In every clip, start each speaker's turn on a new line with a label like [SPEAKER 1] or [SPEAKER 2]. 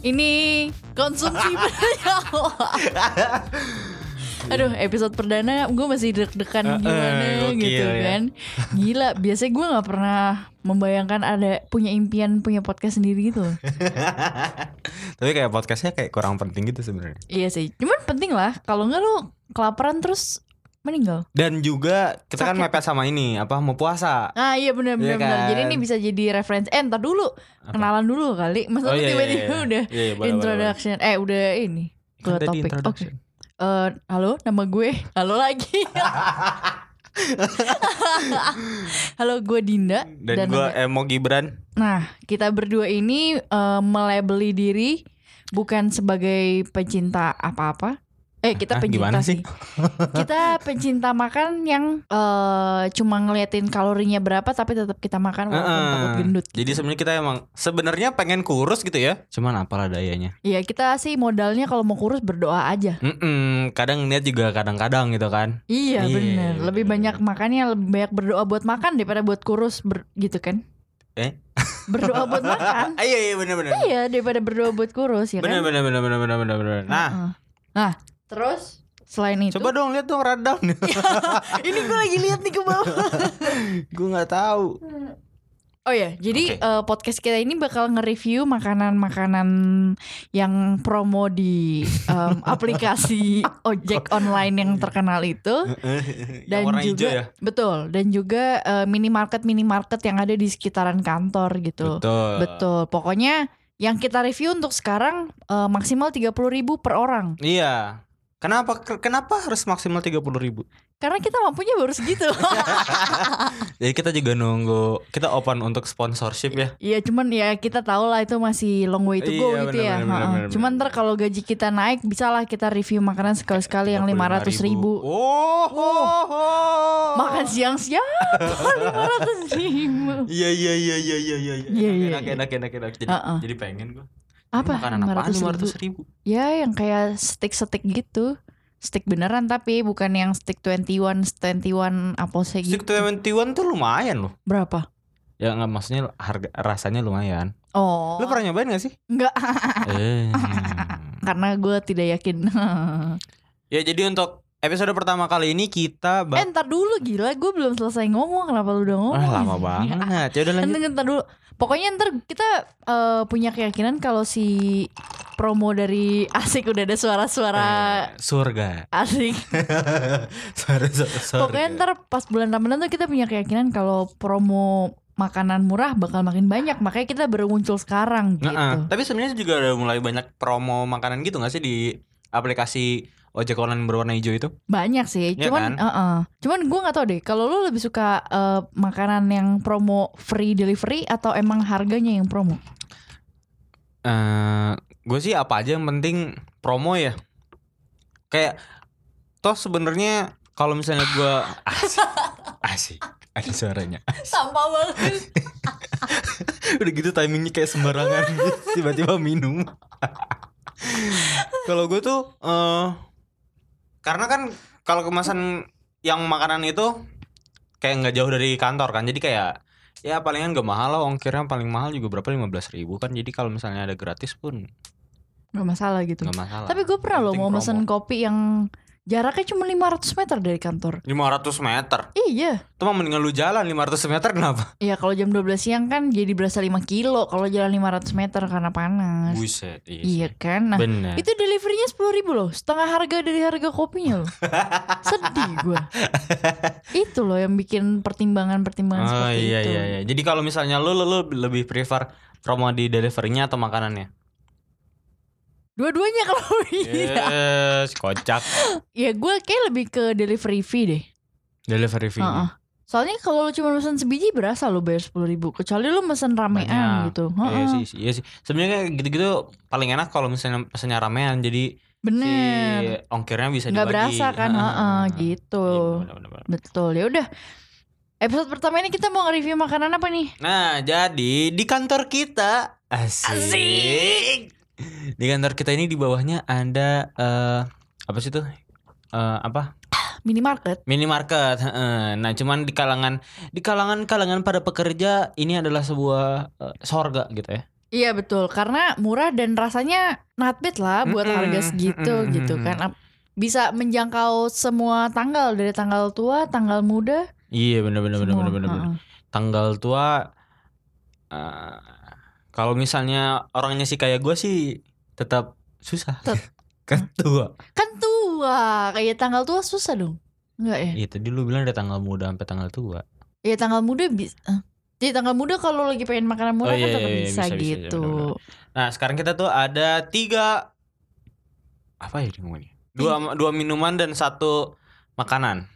[SPEAKER 1] Ini konsumsi bernyawa. Aduh, episode perdana gue masih
[SPEAKER 2] Eh, eh,
[SPEAKER 1] deg-degan gimana
[SPEAKER 2] gokil
[SPEAKER 1] gitu
[SPEAKER 2] ya.
[SPEAKER 1] kan. Gila, biasanya gue nggak pernah membayangkan ada punya impian punya podcast sendiri gitu. loh.
[SPEAKER 2] Tapi kayak podcastnya kayak kurang penting gitu sebenarnya.
[SPEAKER 1] iya sih. Cuman penting lah, kalau nggak lu kelaparan terus meninggal.
[SPEAKER 2] Dan juga kita kan
[SPEAKER 1] Sakit.
[SPEAKER 2] mepet sama ini apa mau puasa.
[SPEAKER 1] Ah iya benar benar
[SPEAKER 2] Iya
[SPEAKER 1] benar.
[SPEAKER 2] kan?
[SPEAKER 1] Jadi ini bisa jadi referensi. Eh, ntar dulu.
[SPEAKER 2] Apa?
[SPEAKER 1] Kenalan dulu kali. Masa lu tiba-tiba udah
[SPEAKER 2] Oh, Iya, iya, boleh, boleh, boleh.
[SPEAKER 1] introduction. Eh, udah ini. Ke
[SPEAKER 2] Kan tadi
[SPEAKER 1] topik. Oke.
[SPEAKER 2] introduction.
[SPEAKER 1] Eh, halo, nama gue. Halo lagi. halo, gue Dinda
[SPEAKER 2] Dan, gue
[SPEAKER 1] nama-
[SPEAKER 2] Emo Gibran.
[SPEAKER 1] Nah, kita berdua ini eh, melabeli diri bukan sebagai pencinta apa-apa. Eh, kita
[SPEAKER 2] Hah,
[SPEAKER 1] pencinta
[SPEAKER 2] Ah, gimana
[SPEAKER 1] sih.
[SPEAKER 2] sih?
[SPEAKER 1] kita pencinta makan yang eh, cuma ngeliatin kalorinya berapa tapi tetap kita makan walaupun
[SPEAKER 2] Heeh.
[SPEAKER 1] takut gendut.
[SPEAKER 2] Ah, Jadi sebenarnya kita emang sebenarnya pengen kurus gitu ya. Cuman apalah dayanya.
[SPEAKER 1] Iya, kita sih modalnya kalau mau kurus berdoa aja.
[SPEAKER 2] Mm-mm, kadang niat juga kadang-kadang gitu kan.
[SPEAKER 1] Iya,
[SPEAKER 2] Iya,
[SPEAKER 1] bener.
[SPEAKER 2] iya,
[SPEAKER 1] Lebih
[SPEAKER 2] iya.
[SPEAKER 1] banyak makannya lebih banyak berdoa buat makan daripada buat kurus ber- gitu kan.
[SPEAKER 2] Eh?
[SPEAKER 1] Berdoa buat makan.
[SPEAKER 2] Ah, iya iya benar-benar.
[SPEAKER 1] Kan? Iya, daripada berdoa buat kurus ya kan.
[SPEAKER 2] Benar-benar benar-benar benar-benar. benar. Nah,
[SPEAKER 1] Heeh. Nah, terus selain itu
[SPEAKER 2] coba dong lihat dong radang.
[SPEAKER 1] ini gue lagi lihat nih ke bawah.
[SPEAKER 2] gue nggak tahu.
[SPEAKER 1] Oh ya, jadi
[SPEAKER 2] Oke.
[SPEAKER 1] eh, podcast kita ini bakal nge-review makanan-makanan yang promo di em, aplikasi ojek online yang terkenal itu dan
[SPEAKER 2] Yang warna
[SPEAKER 1] juga
[SPEAKER 2] hijau ya.
[SPEAKER 1] betul dan juga eh, minimarket minimarket yang ada di sekitaran kantor gitu.
[SPEAKER 2] Betul.
[SPEAKER 1] Betul. Pokoknya yang kita review untuk sekarang eh, maksimal 30.000 per orang.
[SPEAKER 2] Iya. Kenapa kenapa harus maksimal 30.000 ribu?
[SPEAKER 1] Karena kita mampunya baru segitu.
[SPEAKER 2] Jadi Ya, kita juga nunggu kita open untuk sponsorship ya.
[SPEAKER 1] Iya, cuman ya kita tahu lah itu masih long way to go
[SPEAKER 2] Iya,
[SPEAKER 1] gitu ya.
[SPEAKER 2] bener, bener, bener,
[SPEAKER 1] Heeh.
[SPEAKER 2] bener,
[SPEAKER 1] cuman
[SPEAKER 2] bener.
[SPEAKER 1] ntar kalau gaji kita naik bisalah kita review makanan sekali-sekali yang 500 ribu.
[SPEAKER 2] Oh, oh, oh.
[SPEAKER 1] Makan siang siang 500 ribu.
[SPEAKER 2] Iya iya iya iya iya iya.
[SPEAKER 1] Iya, iya,
[SPEAKER 2] Enak
[SPEAKER 1] iya.
[SPEAKER 2] enak enak enak. Jadi,
[SPEAKER 1] Heeh.
[SPEAKER 2] jadi pengen gua.
[SPEAKER 1] Apa?
[SPEAKER 2] Ini Makanan
[SPEAKER 1] 500
[SPEAKER 2] apaan
[SPEAKER 1] ribu?
[SPEAKER 2] 500 ribu?
[SPEAKER 1] Ya yang kayak steak-steak gitu. Steak beneran tapi bukan yang steak 21, 21 apa sih
[SPEAKER 2] Stick
[SPEAKER 1] gitu.
[SPEAKER 2] to 21 tuh lumayan loh.
[SPEAKER 1] Berapa?
[SPEAKER 2] Ya nggak maksudnya harga rasanya lumayan.
[SPEAKER 1] Oh.
[SPEAKER 2] Lu pernah nyobain gak sih?
[SPEAKER 1] Enggak,
[SPEAKER 2] eh.
[SPEAKER 1] karena gue tidak yakin.
[SPEAKER 2] Ya jadi untuk episode pertama kali ini kita
[SPEAKER 1] eh,
[SPEAKER 2] bak-
[SPEAKER 1] ntar dulu gila, gue belum selesai ngomong. Kenapa lu udah ngomong?
[SPEAKER 2] Ah, lama banget. Ya udah lanjut.
[SPEAKER 1] Ntar, ntar dulu. Pokoknya ntar kita eh, punya keyakinan kalau si promo dari asik udah ada suara-suara
[SPEAKER 2] Eh, surga.
[SPEAKER 1] asik.
[SPEAKER 2] Sorry, sorry, sorry.
[SPEAKER 1] Pokoknya ntar pas bulan Ramadan tuh kita punya keyakinan kalau promo makanan murah bakal makin banyak. Makanya kita baru muncul sekarang gitu.
[SPEAKER 2] Nah, eh, tapi sebenarnya juga ada mulai banyak promo makanan gitu nggak sih di aplikasi ojek online berwarna hijau itu?
[SPEAKER 1] Banyak sih.
[SPEAKER 2] Iya
[SPEAKER 1] Cuman,
[SPEAKER 2] kan?
[SPEAKER 1] eh-eh. cuman gue nggak tau deh. Kalau lu lebih suka eh, makanan yang promo free delivery atau emang harganya yang promo?
[SPEAKER 2] eh gue sih apa aja yang penting promo ya. Kayak toh sebenarnya kalau misalnya gue asik, asik ada suaranya.
[SPEAKER 1] Sampah banget.
[SPEAKER 2] Udah gitu timingnya kayak sembarangan gitu, tiba-tiba minum. kalau gue tuh eh karena kan kalau kemasan yang makanan itu kayak nggak jauh dari kantor kan. Jadi kayak ya palingan gak mahal lah ongkirnya paling mahal juga berapa 15.000 ribu kan jadi kalau misalnya ada gratis pun
[SPEAKER 1] Gak masalah gitu.
[SPEAKER 2] nggak masalah
[SPEAKER 1] Tapi gue pernah loh
[SPEAKER 2] Penting
[SPEAKER 1] mau
[SPEAKER 2] promo.
[SPEAKER 1] mesen kopi yang jaraknya cuma 500 meter dari kantor.
[SPEAKER 2] 500 meter
[SPEAKER 1] Iya.
[SPEAKER 2] itu mah mendingan lu jalan 500 meter kenapa
[SPEAKER 1] Ya kalau jam 12 siang kan jadi berasa 5 kilo kalau jalan 500 meter karena panas.
[SPEAKER 2] buset
[SPEAKER 1] Iya kan? Nah,
[SPEAKER 2] bener
[SPEAKER 1] itu deliverynya 10 ribu loh. Setengah harga dari harga kopinya loh. Sedih gue. itu loh yang bikin pertimbangan-pertimbangan
[SPEAKER 2] oh
[SPEAKER 1] seperti
[SPEAKER 2] iya
[SPEAKER 1] itu.
[SPEAKER 2] iya iya jadi kalau misalnya lu, lu lu lebih prefer promo di deliverynya atau makanannya
[SPEAKER 1] Dua-duanya kalau iya.
[SPEAKER 2] yes kocak
[SPEAKER 1] Ya gue kayak lebih ke delivery fee deh.
[SPEAKER 2] delivery fee
[SPEAKER 1] Heeh. Soalnya kalau lu cuma mesen sebiji berasa lo bayar 10 ribu. Kecuali lu mesen ramean
[SPEAKER 2] Banyak.
[SPEAKER 1] gitu.
[SPEAKER 2] Iya
[SPEAKER 1] Heeh.
[SPEAKER 2] sih, iya sih. Sebenarnya kayak gitu-gitu paling enak kalau misalnya pesennya ramean jadi
[SPEAKER 1] Bener.
[SPEAKER 2] si ongkirnya bisa
[SPEAKER 1] nggak
[SPEAKER 2] dibagi.
[SPEAKER 1] berasa kan
[SPEAKER 2] Heeh.
[SPEAKER 1] heeh,
[SPEAKER 2] Iya,
[SPEAKER 1] gitu
[SPEAKER 2] bener-bener.
[SPEAKER 1] betul ya udah episode pertama ini kita mau nge-review makanan apa nih
[SPEAKER 2] Nah, jadi di kantor kita asik.
[SPEAKER 1] Asik.
[SPEAKER 2] Di kantor kita ini di bawahnya ada eh apa sih tuh? Eh, apa
[SPEAKER 1] minimarket
[SPEAKER 2] minimarket heeh. nah cuman di kalangan di kalangan kalangan para pekerja ini adalah sebuah eh, sorga gitu ya
[SPEAKER 1] Iya betul, karena murah dan rasanya not bad lah buat
[SPEAKER 2] Mm-mm,
[SPEAKER 1] harga segitu
[SPEAKER 2] mm-mm,
[SPEAKER 1] gitu
[SPEAKER 2] mm-mm.
[SPEAKER 1] kan. Ap- Bisa menjangkau semua tanggal dari tanggal tua, tanggal muda,
[SPEAKER 2] Iya bener bener bener
[SPEAKER 1] semua.
[SPEAKER 2] bener bener. bener.
[SPEAKER 1] Heeh.
[SPEAKER 2] Tanggal tua eh, kalau misalnya orangnya sih kayak gue sih tetap susah.
[SPEAKER 1] Tet-
[SPEAKER 2] Ketua.
[SPEAKER 1] Kan tua, kayak tanggal tua susah dong. Enggak ya?
[SPEAKER 2] Iya tadi lu bilang ada tanggal muda sampai tanggal tua.
[SPEAKER 1] Ya tanggal muda bisa. Jadi tanggal muda kalau lagi pengen makanan murah
[SPEAKER 2] Oh,
[SPEAKER 1] kan
[SPEAKER 2] iya,
[SPEAKER 1] tetap
[SPEAKER 2] iya, iya,
[SPEAKER 1] bisa,
[SPEAKER 2] bisa, bisa,
[SPEAKER 1] gitu.
[SPEAKER 2] benar-benar. Nah sekarang kita tuh ada tiga apa ya dia ngomongnya? Dua dua minuman dan satu makanan.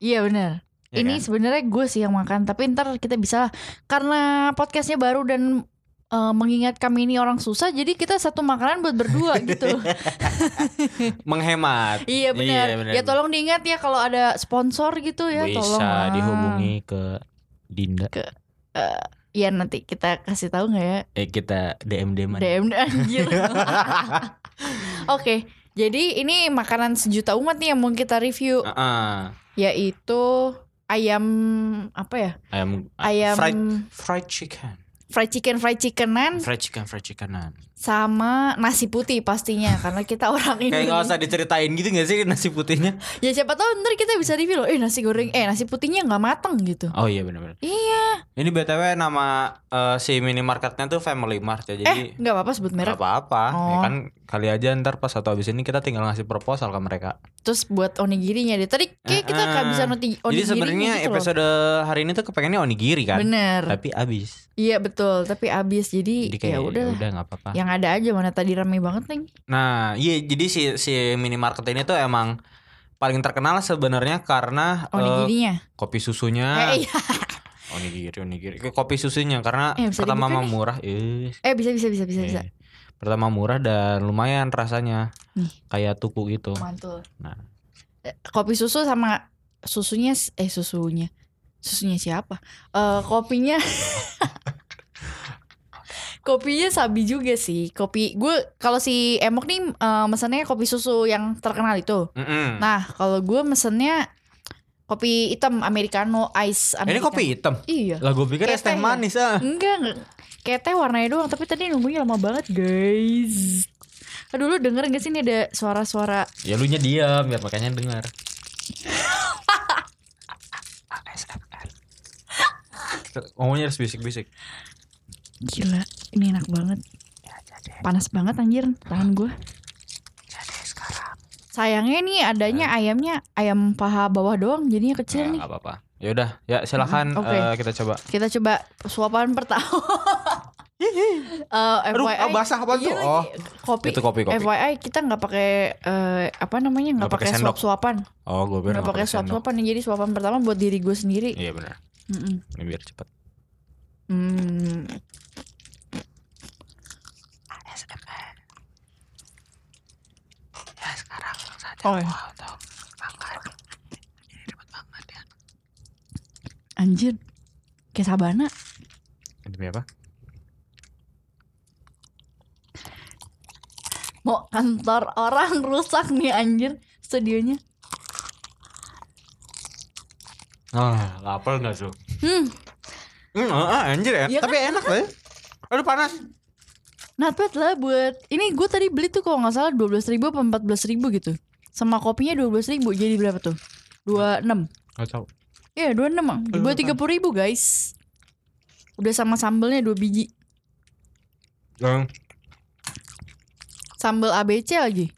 [SPEAKER 1] Iya benar.
[SPEAKER 2] ya
[SPEAKER 1] Ini
[SPEAKER 2] kan?
[SPEAKER 1] sebenarnya gue sih yang makan, tapi ntar kita bisa karena podcastnya baru dan eh, mengingat kami ini orang susah, jadi kita satu makanan buat berdua gitu.
[SPEAKER 2] kan? menghemat.
[SPEAKER 1] Iya
[SPEAKER 2] Iya,
[SPEAKER 1] benar.
[SPEAKER 2] benar.
[SPEAKER 1] ya tolong diingat ya kalau ada sponsor gitu ya
[SPEAKER 2] Bisa
[SPEAKER 1] tolong lah.
[SPEAKER 2] dihubungi ke Dinda.
[SPEAKER 1] Iya nanti kita kasih tahu nggak ya
[SPEAKER 2] Eh kita DM DM.
[SPEAKER 1] DM anjir. Oke, jadi ini makanan sejuta umat nih yang mau kita review
[SPEAKER 2] Ah.
[SPEAKER 1] yaitu ayam apa ya?
[SPEAKER 2] Ayam,
[SPEAKER 1] Ayam
[SPEAKER 2] Ah, fried fried chicken.
[SPEAKER 1] fried chicken fried chickenan
[SPEAKER 2] Fried chicken, fried chickenan.
[SPEAKER 1] sama nasi putih pastinya karena kita orang
[SPEAKER 2] Kayak
[SPEAKER 1] ini.
[SPEAKER 2] nggak usah diceritain gitu nggak sih nasi putihnya?
[SPEAKER 1] Ya siapa tahu ntar kita bisa review loh. Eh nasi goreng eh nasi putihnya nggak matang gitu.
[SPEAKER 2] Oh iya benar-benar.
[SPEAKER 1] Iya.
[SPEAKER 2] Ini btw nama eh, si minimarketnya tuh Family Mart
[SPEAKER 1] Eh
[SPEAKER 2] ya. Jadi
[SPEAKER 1] nggak apa-apa sebut merek.
[SPEAKER 2] nggak apa-apa. Ya
[SPEAKER 1] Oh.
[SPEAKER 2] kan kali aja ntar pas atau habis ini kita tinggal ngasih proposal ke mereka.
[SPEAKER 1] Terus buat onigirinya deh. Tadi kayak kita
[SPEAKER 2] Eh, eh.
[SPEAKER 1] kehabisan onigi- onigirinya
[SPEAKER 2] Jadi sebenarnya
[SPEAKER 1] gitu loh.
[SPEAKER 2] episode hari ini tuh kepengennya onigiri kan.
[SPEAKER 1] Bener.
[SPEAKER 2] Tapi abis.
[SPEAKER 1] Iya betul. Tapi abis jadi, ya
[SPEAKER 2] Jadi kayak
[SPEAKER 1] udah. Ya.
[SPEAKER 2] udah nggak apa-apa.
[SPEAKER 1] Yang ada aja mana tadi rame banget nih.
[SPEAKER 2] Nah, iya jadi si si minimarket ini tuh emang paling terkenal sebenarnya karena eh,
[SPEAKER 1] Onigirinya.
[SPEAKER 2] kopi susunya.
[SPEAKER 1] Eh, iya.
[SPEAKER 2] Onigiri, onigiri. Ke Kopi susunya karena
[SPEAKER 1] Eh, bisa
[SPEAKER 2] pertama
[SPEAKER 1] dibuka
[SPEAKER 2] mah murah. Ih,
[SPEAKER 1] eh bisa bisa bisa bisa
[SPEAKER 2] eh.
[SPEAKER 1] bisa.
[SPEAKER 2] Pertama murah dan lumayan rasanya.
[SPEAKER 1] Nih.
[SPEAKER 2] Kayak tuku gitu.
[SPEAKER 1] Mantul.
[SPEAKER 2] Nah.
[SPEAKER 1] Eh, Kopi susu sama susunya eh susunya. Susunya siapa? Eh kopinya Kopinya sabi juga sih. Kopi gue kalau si Emok nih eh, mesennya kopi susu yang terkenal itu.
[SPEAKER 2] Mm-mm.
[SPEAKER 1] Nah, kalau gue mesennya kopi hitam americano ice
[SPEAKER 2] Eh, ini
[SPEAKER 1] americano.
[SPEAKER 2] kopi hitam.
[SPEAKER 1] Iya.
[SPEAKER 2] Lah gue pikir
[SPEAKER 1] Kayak
[SPEAKER 2] es
[SPEAKER 1] teh
[SPEAKER 2] teh
[SPEAKER 1] ya?
[SPEAKER 2] manis ah.
[SPEAKER 1] Enggak, enggak. Kayak teh warnanya doang, tapi tadi nunggunya lama banget, guys. Aduh, lu denger gak sih ini ada suara-suara
[SPEAKER 2] Ya lu nya diam biar makanya dengar. ASMR. Ngomongnya harus bisik-bisik.
[SPEAKER 1] gila. Ini enak banget. Panas banget anjir tangan gue. Sayangnya nih adanya ayamnya ayam paha bawah doang, jadinya kecil nih.
[SPEAKER 2] Enggak apa-apa. Hmm. Ya udah, ya silakan
[SPEAKER 1] Mm, oke.
[SPEAKER 2] eh, kita coba.
[SPEAKER 1] Kita coba suapan pertama. Eh,
[SPEAKER 2] Aduh,
[SPEAKER 1] FYI,
[SPEAKER 2] ah, basah apaan
[SPEAKER 1] iya lagi,
[SPEAKER 2] tuh? Oh,
[SPEAKER 1] kopi.
[SPEAKER 2] itu kopi-kopi.
[SPEAKER 1] FYI kita nggak pakai eh, apa namanya nggak
[SPEAKER 2] Nggak pakai
[SPEAKER 1] pakai
[SPEAKER 2] sendok.
[SPEAKER 1] suap-suapan,
[SPEAKER 2] Oh, gue biar
[SPEAKER 1] nggak pakai
[SPEAKER 2] sendok.
[SPEAKER 1] suap-suapan nih jadi suapan pertama buat diri gue sendiri.
[SPEAKER 2] Iya benar.
[SPEAKER 1] Mm-mm.
[SPEAKER 2] Ini biar cepet.
[SPEAKER 1] Hmm.
[SPEAKER 2] Ya sekarang saja
[SPEAKER 1] Oh, iya.
[SPEAKER 2] ya.
[SPEAKER 1] Anjir. Kayak sabana.
[SPEAKER 2] Demi apa?
[SPEAKER 1] Mau kantor orang rusak nih anjir studionya.
[SPEAKER 2] Ah, lapar nggak tuh?
[SPEAKER 1] Hmm,
[SPEAKER 2] Hmm, ah, anjir ya.
[SPEAKER 1] Iya kan?
[SPEAKER 2] Tapi enak loh. Aduh panas.
[SPEAKER 1] not bad lah buat. Ini gue tadi beli tuh kalau nggak salah 12.000 ribu apa 14.000 gitu. Sama kopinya 12.000 jadi berapa tuh? 26.
[SPEAKER 2] Gak tau.
[SPEAKER 1] Iya, 26. ah. Dibuat 30.000 ribu guys. Udah sama sambelnya dua biji.
[SPEAKER 2] Yang
[SPEAKER 1] Sambel ABC lagi.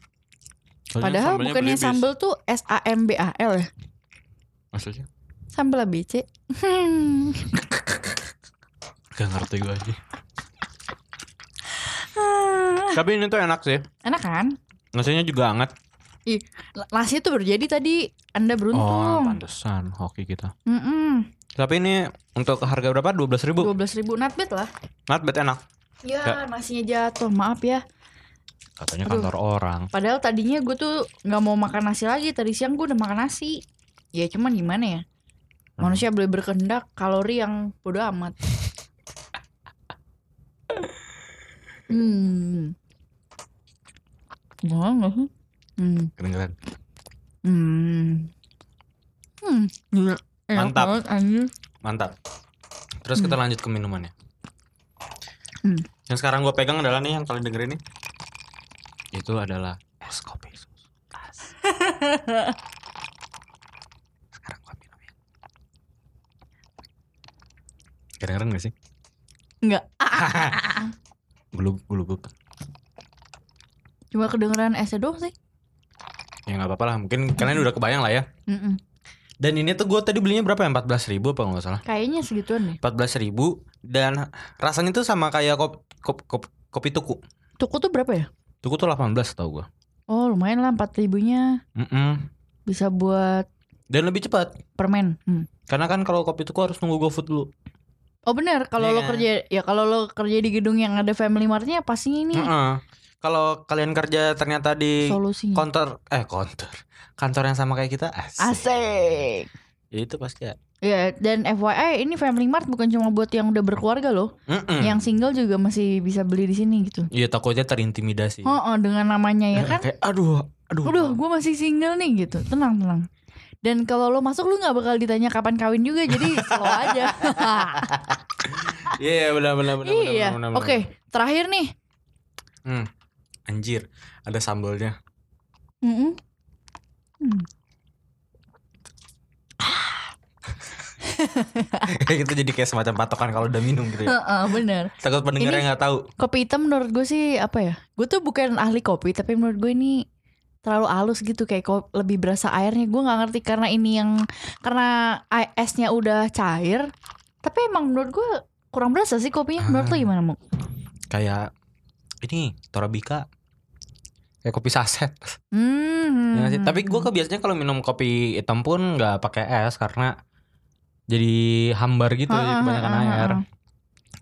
[SPEAKER 2] Oh, iya,
[SPEAKER 1] Padahal bukannya sambel tuh S A M B A L ya.
[SPEAKER 2] Maksudnya?
[SPEAKER 1] Sambel ABC.
[SPEAKER 2] Gak ngerti gue aja. Tapi ini tuh enak sih.
[SPEAKER 1] Enak kan?
[SPEAKER 2] Nasinya juga hangat.
[SPEAKER 1] Ih, nasi itu baru jadi tadi Anda
[SPEAKER 2] Oh,
[SPEAKER 1] beruntung.
[SPEAKER 2] pantesan hoki kita.
[SPEAKER 1] Mm-mm.
[SPEAKER 2] Tapi ini untuk harga berapa? 12.000 ribu.
[SPEAKER 1] 12.000 ribu not bad lah.
[SPEAKER 2] Not bad enak.
[SPEAKER 1] Ya,
[SPEAKER 2] Ya.
[SPEAKER 1] nasinya jatuh. Maaf ya.
[SPEAKER 2] Katanya
[SPEAKER 1] Aduh.
[SPEAKER 2] kantor orang.
[SPEAKER 1] Padahal tadinya gue tuh nggak mau makan nasi lagi. Tadi siang gue udah makan nasi. Ya cuman gimana ya? Manusia boleh berkehendak kalori yang bodo amat. hmm. Gimana nggak sih? Hmm.
[SPEAKER 2] Kedengeran.
[SPEAKER 1] Hmm. Hmm. Gila. Enak
[SPEAKER 2] Mantap.
[SPEAKER 1] banget, anjir.
[SPEAKER 2] Mantap. Terus kita lanjut ke minumannya.
[SPEAKER 1] Hmm.
[SPEAKER 2] Yang sekarang gue pegang adalah nih yang kalian dengerin nih. Itu adalah es kopi susu. Tas. sekarang gue minum ya. Kedengeran gak sih?
[SPEAKER 1] Enggak.
[SPEAKER 2] Gulung gulung
[SPEAKER 1] Cuma kedengeran esnya doang sih.
[SPEAKER 2] Ya nggak apa-apa lah. Mungkin kalian udah kebayang lah ya.
[SPEAKER 1] Mm-mm. Dan
[SPEAKER 2] Dan ini tuh gue tadi belinya berapa ya? 14 ribu apa nggak salah?
[SPEAKER 1] Kayaknya segituan deh.
[SPEAKER 2] 14 ribu dan rasanya tuh sama kayak kop, kop- kop- kopi tuku.
[SPEAKER 1] Tuku tuh berapa ya?
[SPEAKER 2] Tuku tuh 18 tau gue.
[SPEAKER 1] Oh lumayan lah 4 ribunya
[SPEAKER 2] Mm-mm.
[SPEAKER 1] bisa buat
[SPEAKER 2] Dan lebih cepat.
[SPEAKER 1] permen. Hmm.
[SPEAKER 2] Karena kan kalau kopi tuku harus nunggu GoFood dulu.
[SPEAKER 1] Oh benar kalau lo
[SPEAKER 2] Iya.
[SPEAKER 1] kerja ya kalau lo kerja di gedung yang ada family martnya pastinya ini
[SPEAKER 2] Heeh. Kalau kalian kerja ternyata di
[SPEAKER 1] solusinya.
[SPEAKER 2] kantor eh kantor kantor yang sama kayak kita asik.
[SPEAKER 1] Asik.
[SPEAKER 2] Ya, itu pasti ya.
[SPEAKER 1] Ya dan FYI ini family mart bukan cuma buat yang udah berkeluarga loh.
[SPEAKER 2] Mm-mm.
[SPEAKER 1] Yang single juga masih bisa beli di sini gitu.
[SPEAKER 2] Iya takutnya terintimidasi.
[SPEAKER 1] Oh, oh, dengan namanya ya kan.
[SPEAKER 2] Kayak aduh Iya. aduh.
[SPEAKER 1] Udah, gue masih single nih gitu. Tenang, tenang. Dan kalau lo masuk lo nggak bakal ditanya kapan kawin juga, jadi slow aja.
[SPEAKER 2] Iya benar benar benar. benar,
[SPEAKER 1] iya.
[SPEAKER 2] benar, benar,
[SPEAKER 1] Oke, terakhir nih.
[SPEAKER 2] benar. Hmm. Anjir, ada sambalnya.
[SPEAKER 1] Mm-mm. Hmm.
[SPEAKER 2] Kayak kita jadi kayak semacam patokan kalau udah minum gitu ya.
[SPEAKER 1] Heeh, bener.
[SPEAKER 2] Takut pendengarnya
[SPEAKER 1] Ini-
[SPEAKER 2] nggak tahu.
[SPEAKER 1] Kopi hitam menurut gue sih apa ya? Gue tuh bukan ahli kopi, tapi menurut gue ini terlalu halus gitu kayak kok lebih berasa airnya. Gue nggak ngerti karena ini yang karena ai- esnya udah cair. Tapi emang menurut gue kurang berasa sih kopinya. Menurut
[SPEAKER 2] Ah.
[SPEAKER 1] lo gimana mau?
[SPEAKER 2] Kayak ini Torabika kayak kopi saset.
[SPEAKER 1] Hmm.
[SPEAKER 2] Ya nggak sih? Tapi gue kebiasaannya kalau minum kopi hitam pun nggak pakai es karena jadi hambar gitu
[SPEAKER 1] Ah, ah,
[SPEAKER 2] jadi kebanyakan
[SPEAKER 1] ah, ah,
[SPEAKER 2] air.
[SPEAKER 1] ah.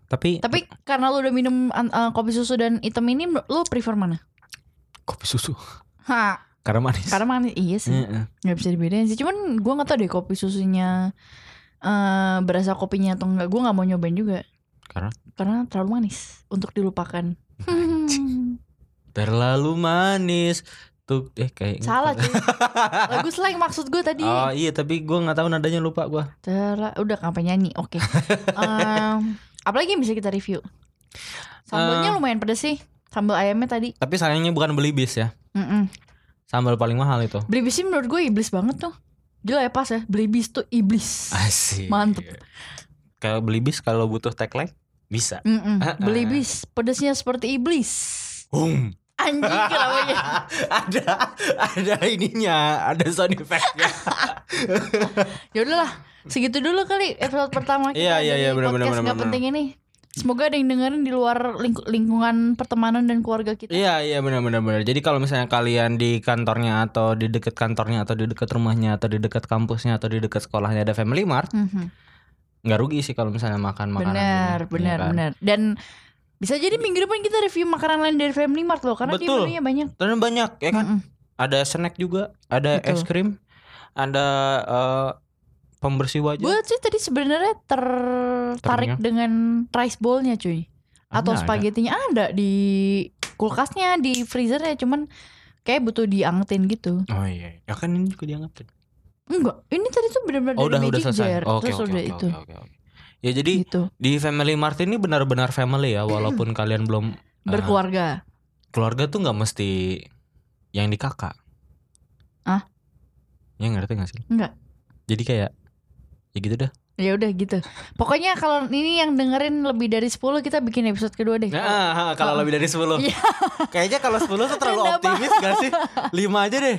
[SPEAKER 2] Tapi
[SPEAKER 1] Tapi karena lu udah minum an- eh, kopi susu dan hitam ini lu prefer mana?
[SPEAKER 2] kopi susu
[SPEAKER 1] Ha,
[SPEAKER 2] karena manis.
[SPEAKER 1] karena manis iya sih.
[SPEAKER 2] Iya.
[SPEAKER 1] nggak bisa dibedain sih. Cuman gua nggak tahu deh kopi susunya eh berasa kopinya atau enggak. Gua nggak mau nyobain juga.
[SPEAKER 2] Karena?
[SPEAKER 1] Karena terlalu manis untuk dilupakan. Hmm.
[SPEAKER 2] Terlalu manis tuh eh kayak
[SPEAKER 1] Salah cuy. Lagu slang maksud gue tadi.
[SPEAKER 2] Oh iya tapi gue nggak tahu nadanya lupa gue.
[SPEAKER 1] Terla- udah ngapain nyanyi? Oke. Em, apalagi yang bisa kita review?
[SPEAKER 2] Eh.
[SPEAKER 1] Sambalnya lumayan pedes sih. Sambal ayamnya tadi.
[SPEAKER 2] Tapi sayangnya bukan belibis ya.
[SPEAKER 1] Mm-mm.
[SPEAKER 2] Sambal paling mahal itu.
[SPEAKER 1] Beli bis sih menurut gue iblis banget tuh. Gila ya pas ya. Beli bis tuh iblis.
[SPEAKER 2] Asik.
[SPEAKER 1] Mantep.
[SPEAKER 2] Kalau belibis kalau butuh tagline bisa.
[SPEAKER 1] Mm-mm.
[SPEAKER 2] Ah, ah.
[SPEAKER 1] Beli bis pedesnya seperti iblis.
[SPEAKER 2] Hum.
[SPEAKER 1] Anjing kenapa ya?
[SPEAKER 2] ada ada ininya, ada sound effect-nya.
[SPEAKER 1] Ya udahlah, segitu dulu kali episode pertama kita
[SPEAKER 2] Iya, iya,
[SPEAKER 1] dari
[SPEAKER 2] iya, benar, benar,
[SPEAKER 1] podcast
[SPEAKER 2] benar,
[SPEAKER 1] nggak
[SPEAKER 2] benar.
[SPEAKER 1] penting ini. Semoga ada yang dengerin di luar lingku- lingkungan pertemanan dan keluarga kita.
[SPEAKER 2] Iya iya benar benar benar. Jadi kalau misalnya kalian di kantornya atau di dekat kantornya atau di dekat rumahnya atau di dekat kampusnya atau di dekat sekolahnya ada Family Mart,
[SPEAKER 1] Mhm.
[SPEAKER 2] nggak rugi sih kalau misalnya makan makanan.
[SPEAKER 1] Benar,
[SPEAKER 2] ini,
[SPEAKER 1] benar,
[SPEAKER 2] iya kan?
[SPEAKER 1] benar. Dan bisa jadi minggu depan kita review makanan lain dari Family Mart loh karena dia
[SPEAKER 2] Betul.
[SPEAKER 1] menunya banyak. Mhm.
[SPEAKER 2] Dan banyak ya kan.
[SPEAKER 1] Mm-mm.
[SPEAKER 2] Ada snack juga, ada
[SPEAKER 1] Betul.
[SPEAKER 2] es krim, ada eh, pembersih wajah.
[SPEAKER 1] Gue sih tadi sebenarnya tertarik
[SPEAKER 2] Teringat.
[SPEAKER 1] dengan rice bowl-nya cuy. Atau
[SPEAKER 2] Ada, ada.
[SPEAKER 1] spagettinya ada di kulkasnya, di freezernya cuman kayak butuh diangetin gitu.
[SPEAKER 2] Oh iya, ya kan ini juga dianggap.
[SPEAKER 1] Enggak, ini tadi tuh benar-benar
[SPEAKER 2] Oh
[SPEAKER 1] dari
[SPEAKER 2] udah udah
[SPEAKER 1] magic
[SPEAKER 2] selesai.
[SPEAKER 1] jar.
[SPEAKER 2] Oke
[SPEAKER 1] Terus
[SPEAKER 2] oke
[SPEAKER 1] udah
[SPEAKER 2] oke,
[SPEAKER 1] itu.
[SPEAKER 2] oke oke oke. Ya jadi
[SPEAKER 1] Gitu.
[SPEAKER 2] di Family Mart ini benar-benar family ya, walaupun kalian belum eh,
[SPEAKER 1] Berkeluarga.
[SPEAKER 2] keluarga tuh nggak mesti yang di kakak.
[SPEAKER 1] Ah?
[SPEAKER 2] Ya ngerti gak sih?
[SPEAKER 1] Nggak.
[SPEAKER 2] Jadi kayak ya gitu dah.
[SPEAKER 1] Ya udah gitu. Pokoknya kalau ini yang dengerin lebih dari 10 kita bikin episode kedua deh.
[SPEAKER 2] Nah, kalau lebih dari 10.
[SPEAKER 1] Iya.
[SPEAKER 2] Kayaknya kalau 10 tuh terlalu
[SPEAKER 1] Nggak
[SPEAKER 2] optimis gak sih? 5 aja deh.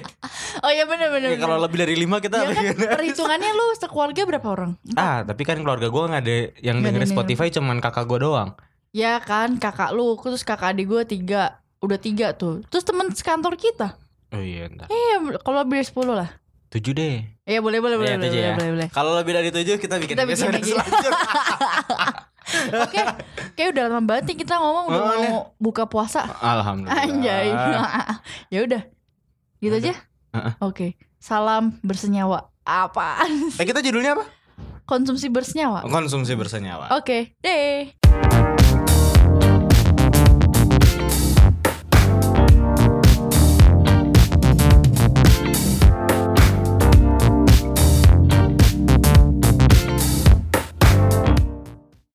[SPEAKER 1] Oh iya benar
[SPEAKER 2] Ya,
[SPEAKER 1] benar.
[SPEAKER 2] kalau lebih dari 5 kita
[SPEAKER 1] ya kan
[SPEAKER 2] bikin.
[SPEAKER 1] perhitungannya lu sekeluarga berapa orang?
[SPEAKER 2] Ah, tapi kan keluarga gue nggak ada yang
[SPEAKER 1] Nggak ada
[SPEAKER 2] dengerin
[SPEAKER 1] yang
[SPEAKER 2] Spotify cuman kakak gue doang.
[SPEAKER 1] Ya kan kakak lu, terus kakak adik gue tiga, udah tiga tuh. Terus temen sekantor kita.
[SPEAKER 2] Oh iya, entar.
[SPEAKER 1] Iya, kalau lebih dari 10 lah.
[SPEAKER 2] 7 deh.
[SPEAKER 1] Ya boleh boleh boleh
[SPEAKER 2] Iya,
[SPEAKER 1] boleh,
[SPEAKER 2] tujuh
[SPEAKER 1] boleh,
[SPEAKER 2] ya.
[SPEAKER 1] boleh boleh.
[SPEAKER 2] Kalau lebih dari 7 kita bikin
[SPEAKER 1] Kita bikin
[SPEAKER 2] episode
[SPEAKER 1] lagi.
[SPEAKER 2] selanjutnya.
[SPEAKER 1] Oke, kayak udah lama banget nih kita ngomong udah
[SPEAKER 2] Oh,
[SPEAKER 1] mau buka puasa.
[SPEAKER 2] Alhamdulillah.
[SPEAKER 1] Anjay. ya udah. Gitu
[SPEAKER 2] Ya Udah.
[SPEAKER 1] aja.
[SPEAKER 2] Heeh.
[SPEAKER 1] Oke. Salam bersenyawa. Apaan?
[SPEAKER 2] Eh kita judulnya apa? Oh.
[SPEAKER 1] Konsumsi bersenyawa. Oke,
[SPEAKER 2] Konsumsi bersenyawa.
[SPEAKER 1] deh.